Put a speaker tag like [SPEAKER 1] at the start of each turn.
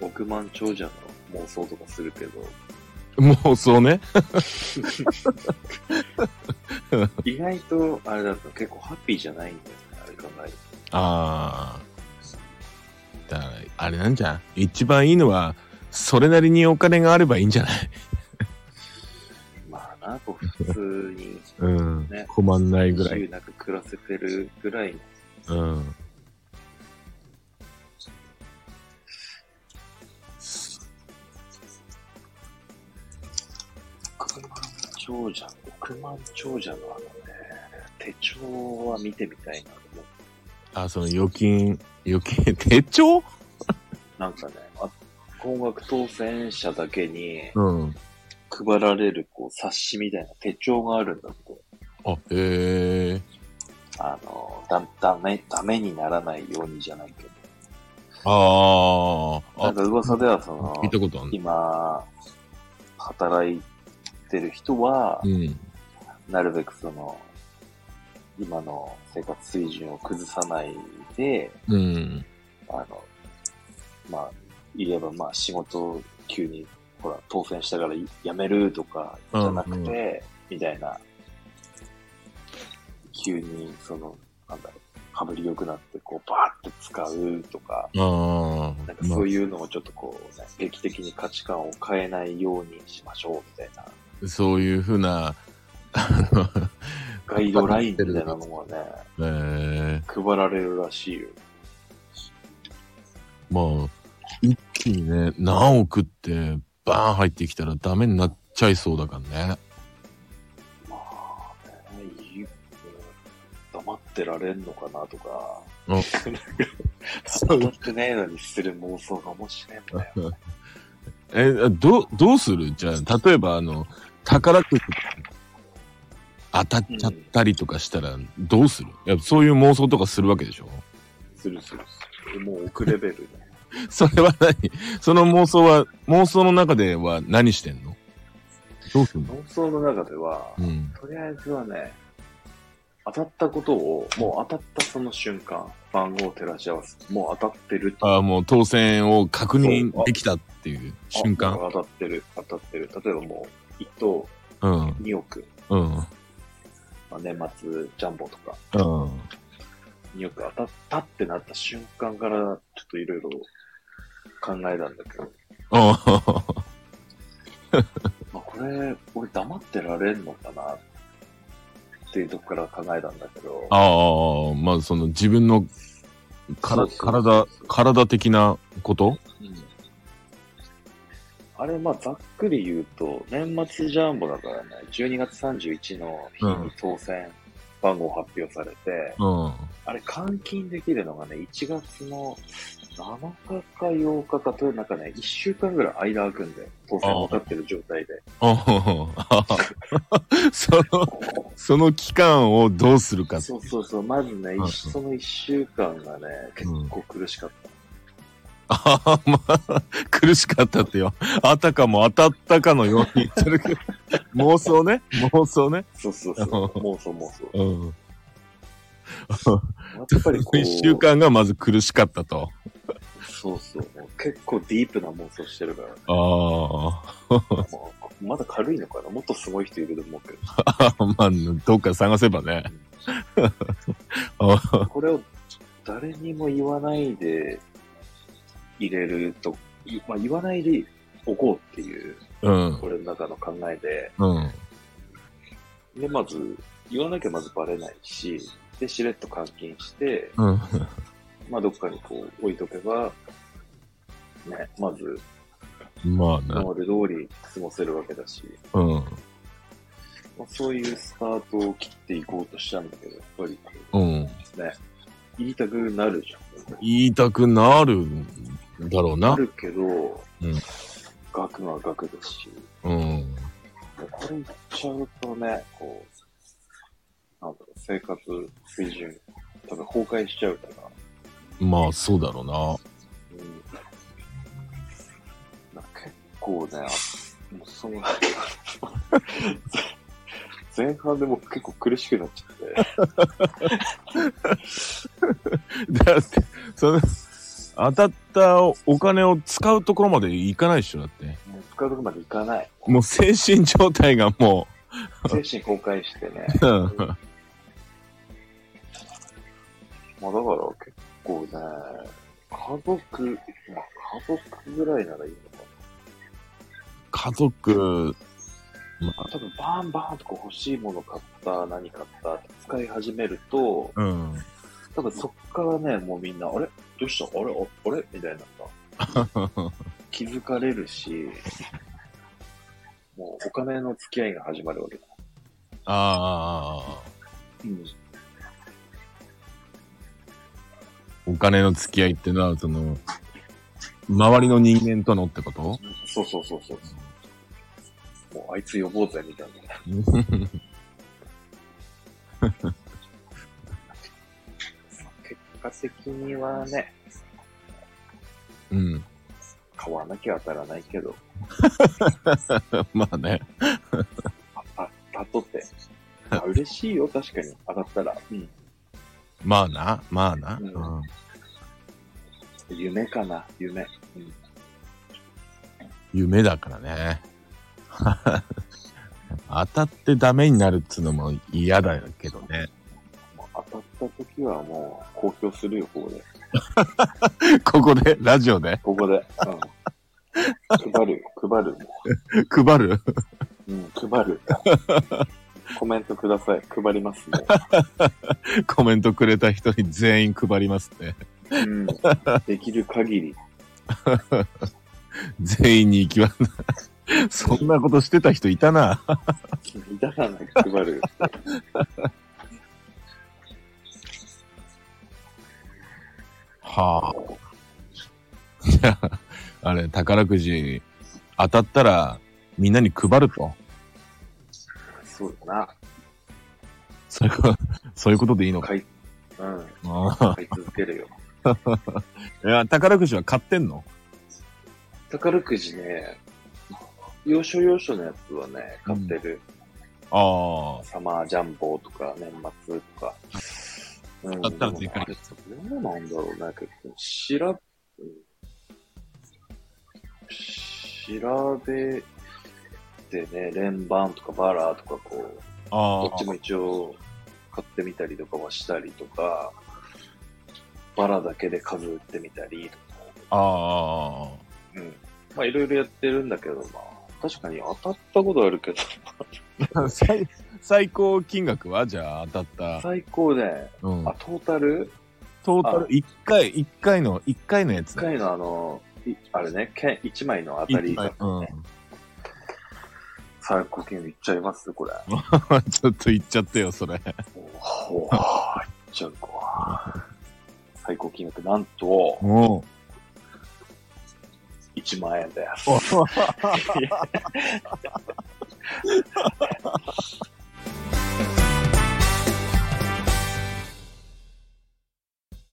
[SPEAKER 1] 億万長者の妄想とかするけど、
[SPEAKER 2] 妄想ね。
[SPEAKER 1] 意外と、あれだと結構ハッピーじゃないんだよね、あれ考える
[SPEAKER 2] ああ。だから、あれなんじゃん一番いいのは、それなりにお金があればいいんじゃない
[SPEAKER 1] と。まあな、こう普通に、
[SPEAKER 2] うん
[SPEAKER 1] ね
[SPEAKER 2] 困んないぐ
[SPEAKER 1] 自
[SPEAKER 2] らい。
[SPEAKER 1] 由なく暮らせてるぐらいの
[SPEAKER 2] うん。
[SPEAKER 1] 億万長者、億万長者のあのね、手帳は見てみたいなと思う。
[SPEAKER 2] あ、その預金、預金、手帳
[SPEAKER 1] なんかね、あ高額当選者だけに
[SPEAKER 2] うん。
[SPEAKER 1] 配られるこう冊子みたいな手帳があるんだけど、
[SPEAKER 2] あ、へえ。
[SPEAKER 1] あの、だ、ダメ、ダメにならないようにじゃないけど。
[SPEAKER 2] ああ。
[SPEAKER 1] な
[SPEAKER 2] あ
[SPEAKER 1] ん、か噂ではその
[SPEAKER 2] 聞い、たことある。
[SPEAKER 1] 今、働いてる人は
[SPEAKER 2] う、ん。
[SPEAKER 1] なるべくその、今の生活水準を崩さないで、
[SPEAKER 2] うん。
[SPEAKER 1] あの、まあ、言えば、まあ、仕事を急に、ほら、当選したから辞めるとか、じゃなくて、
[SPEAKER 2] うんう
[SPEAKER 1] みたいな、急に、その、なんだろう、羽振り良くなって、こう、バーって使うとか、
[SPEAKER 2] ああ。
[SPEAKER 1] なんかそういうのをちょっとこう、ね、劇的に価値観を変えないようにしましょう、みたいな、
[SPEAKER 2] そういうふうな、 あの、
[SPEAKER 1] ガイドラインみたいなのもね、
[SPEAKER 2] えー、
[SPEAKER 1] 配られるらしいよ。
[SPEAKER 2] まあ、一気にね、何億ってバーン入ってきたらダメになっちゃいそうだからね。
[SPEAKER 1] まあ、ね、言う黙ってられんのかなとか、
[SPEAKER 2] うん
[SPEAKER 1] そうなってないのにする妄想が面白いんだよ。
[SPEAKER 2] え、ど、どうするじゃあ、例えばあの、宝くじ当たっちゃったりとかしたらどうする、やっぱそういう妄想とかするわけでしょ
[SPEAKER 1] するするする。もう奥レベルね。
[SPEAKER 2] それは何その妄想は、妄想の中では何してんのどうすんの
[SPEAKER 1] 妄想の中では
[SPEAKER 2] う、ん。
[SPEAKER 1] とりあえずはね、当たったことを、もう当たったその瞬間、番号を照らし合わせて、もう当たってる。
[SPEAKER 2] ああ、もう当選を確認できたっていう瞬
[SPEAKER 1] あ
[SPEAKER 2] 間。
[SPEAKER 1] もう当たってる、当たってる。例えばもう、1等
[SPEAKER 2] うん。
[SPEAKER 1] 2億、
[SPEAKER 2] うん。
[SPEAKER 1] まあ、年末ジャンボとか、
[SPEAKER 2] うん。
[SPEAKER 1] よく当たったってなった瞬間から、ちょっといろいろ考えたんだけど、
[SPEAKER 2] あ
[SPEAKER 1] まあ、これ、俺黙ってられんのかなっていうとこから考えたんだけど、
[SPEAKER 2] あ、まあその自分のから
[SPEAKER 1] そうそう
[SPEAKER 2] 体、体的なこと
[SPEAKER 1] うんあれ、まあ、ざっくり言うと、年末ジャンボだからね、12月31の日に当選番号発表されて、
[SPEAKER 2] うん。
[SPEAKER 1] あれ、換金できるのがね、1月の7日か8日かという、なんかね、1週間ぐらい間空くんで、当選分かってる状態で。
[SPEAKER 2] あ その、その期間をどうするか。
[SPEAKER 1] そうそうそう、まずね、
[SPEAKER 2] うん
[SPEAKER 1] 一その1週間がね、結構苦しかった。
[SPEAKER 2] ああ、まあ、苦しかったってよ。あたかも当たったかのように言ってるけど。妄想ね。妄想ね。
[SPEAKER 1] そうそうそう、妄想妄想。
[SPEAKER 2] うん。
[SPEAKER 1] やっぱりこう、
[SPEAKER 2] 一週間がまず苦しかったと。
[SPEAKER 1] そうそう、結構ディープな妄想してるからね、
[SPEAKER 2] あ
[SPEAKER 1] もうまだ軽いのかな、もっとすごい人いると思うけど、
[SPEAKER 2] あ。 まあ、どっか探せばね。あ
[SPEAKER 1] これを誰にも言わないで入れると、いまあ、言わないでおこうっていう、
[SPEAKER 2] うん。
[SPEAKER 1] 俺の中の考えで、
[SPEAKER 2] うん。
[SPEAKER 1] で、まず、言わなきゃまずバレないし、で、しれっと換金して、
[SPEAKER 2] うん。
[SPEAKER 1] まあ、どっかにこう置いとけば、ね、まず、
[SPEAKER 2] まあな。
[SPEAKER 1] 今まで通り過ごせるわけだし、
[SPEAKER 2] うん。
[SPEAKER 1] まあ、そういうスタートを切っていこうとしたんだけど、やっぱり、
[SPEAKER 2] うん。
[SPEAKER 1] ね、言いたくなるじゃん。
[SPEAKER 2] 言いたくなるんだろう
[SPEAKER 1] な
[SPEAKER 2] な。
[SPEAKER 1] るけど、
[SPEAKER 2] うん
[SPEAKER 1] 額は額だし、
[SPEAKER 2] うん。
[SPEAKER 1] もうこれ言っちゃうとね、こう、なんだろう、生活水準、多分崩壊しちゃうから、
[SPEAKER 2] まあ、そうだろうな。
[SPEAKER 1] う ん、なんか結構ね、あもうその、 前半でもう結構苦しくなっちゃって、
[SPEAKER 2] だって、その、当たったお金を使うところまでいかないでしょ、だって。
[SPEAKER 1] もう使うとこまでいかない。
[SPEAKER 2] もう精神状態がも
[SPEAKER 1] 精神崩壊してね。
[SPEAKER 2] う、うん
[SPEAKER 1] まあだから結構ね、家族、まあ家族ぐらいならいいのか
[SPEAKER 2] 家族、まあ
[SPEAKER 1] な。多分バンバンとこう欲しいもの買った、何買ったって使い始めると、
[SPEAKER 2] うん。
[SPEAKER 1] 多分そっからね、もうみんな、あれどうしたあれああれみたいになった。気づかれるし、もうお金の付き合いが始まるわけだ。
[SPEAKER 2] ああ、
[SPEAKER 1] うん。
[SPEAKER 2] お金の付き合いってのは、その、周りの人間とのってこと
[SPEAKER 1] そうそうそうそう。もうあいつ呼ぼうぜ、みたいな。結果的にはね、
[SPEAKER 2] うん。
[SPEAKER 1] 買わなきゃ当たらないけど、
[SPEAKER 2] まあね。
[SPEAKER 1] あ、当たっとって。 あ嬉しいよ、確かに。当たったら。うん。
[SPEAKER 2] まあな、まあな。
[SPEAKER 1] う
[SPEAKER 2] うんん。
[SPEAKER 1] 夢かな、夢。
[SPEAKER 2] 夢だからね。 当たってダメになるっつうのも嫌だけどね。
[SPEAKER 1] もう当たった時はもう公表するよ、ここで。
[SPEAKER 2] ここで、ラジオで
[SPEAKER 1] ここで。うん。配る、配る。
[SPEAKER 2] 配る
[SPEAKER 1] うん、配る。コメントください。配りますね。
[SPEAKER 2] コメントくれた人に全員配りますね。
[SPEAKER 1] うん。できる限り。
[SPEAKER 2] 全員に行きは そんなことしてた人いたな。
[SPEAKER 1] だからなんか配る。
[SPEAKER 2] はあ。じゃあ、 あれ、宝くじ当たったらみんなに配ると。
[SPEAKER 1] そうだな。
[SPEAKER 2] そういうこと、そういうことでいいのか。
[SPEAKER 1] 買い、うん。
[SPEAKER 2] あ
[SPEAKER 1] 買い続けるよ。
[SPEAKER 2] あいや、宝くじは買ってんの
[SPEAKER 1] 宝くじね、要所要所のやつはね、買ってる。
[SPEAKER 2] あ
[SPEAKER 1] サマージャンボとか、年末とか。うん
[SPEAKER 2] 買ったらでかい
[SPEAKER 1] でもねあれどうなんだろうな、結構。調べ、調べてね、連番とかバラとかこう、
[SPEAKER 2] あ。あ
[SPEAKER 1] どっ
[SPEAKER 2] あ
[SPEAKER 1] ち。も一応買ってみたりとかはしたりとか、バラだけで数売ってみたりとか、
[SPEAKER 2] ああ。
[SPEAKER 1] うん。まあいろいろやってるんだけど、まあ確かに当たったことあるけど、
[SPEAKER 2] 最最高金額はじゃあ当たった、
[SPEAKER 1] 最高ね、
[SPEAKER 2] うん
[SPEAKER 1] あ、、トータル
[SPEAKER 2] トータル1回1回の1回のやつ
[SPEAKER 1] 1回のあの、いあれね、券1枚の当たり
[SPEAKER 2] 一回
[SPEAKER 1] が、
[SPEAKER 2] うん、
[SPEAKER 1] 最高金いっちゃいますこれ。
[SPEAKER 2] ちょっと言っちゃってよそれ
[SPEAKER 1] おぉ、いっちゃうか。最高金額、なんと、
[SPEAKER 2] おう
[SPEAKER 1] 1万円です。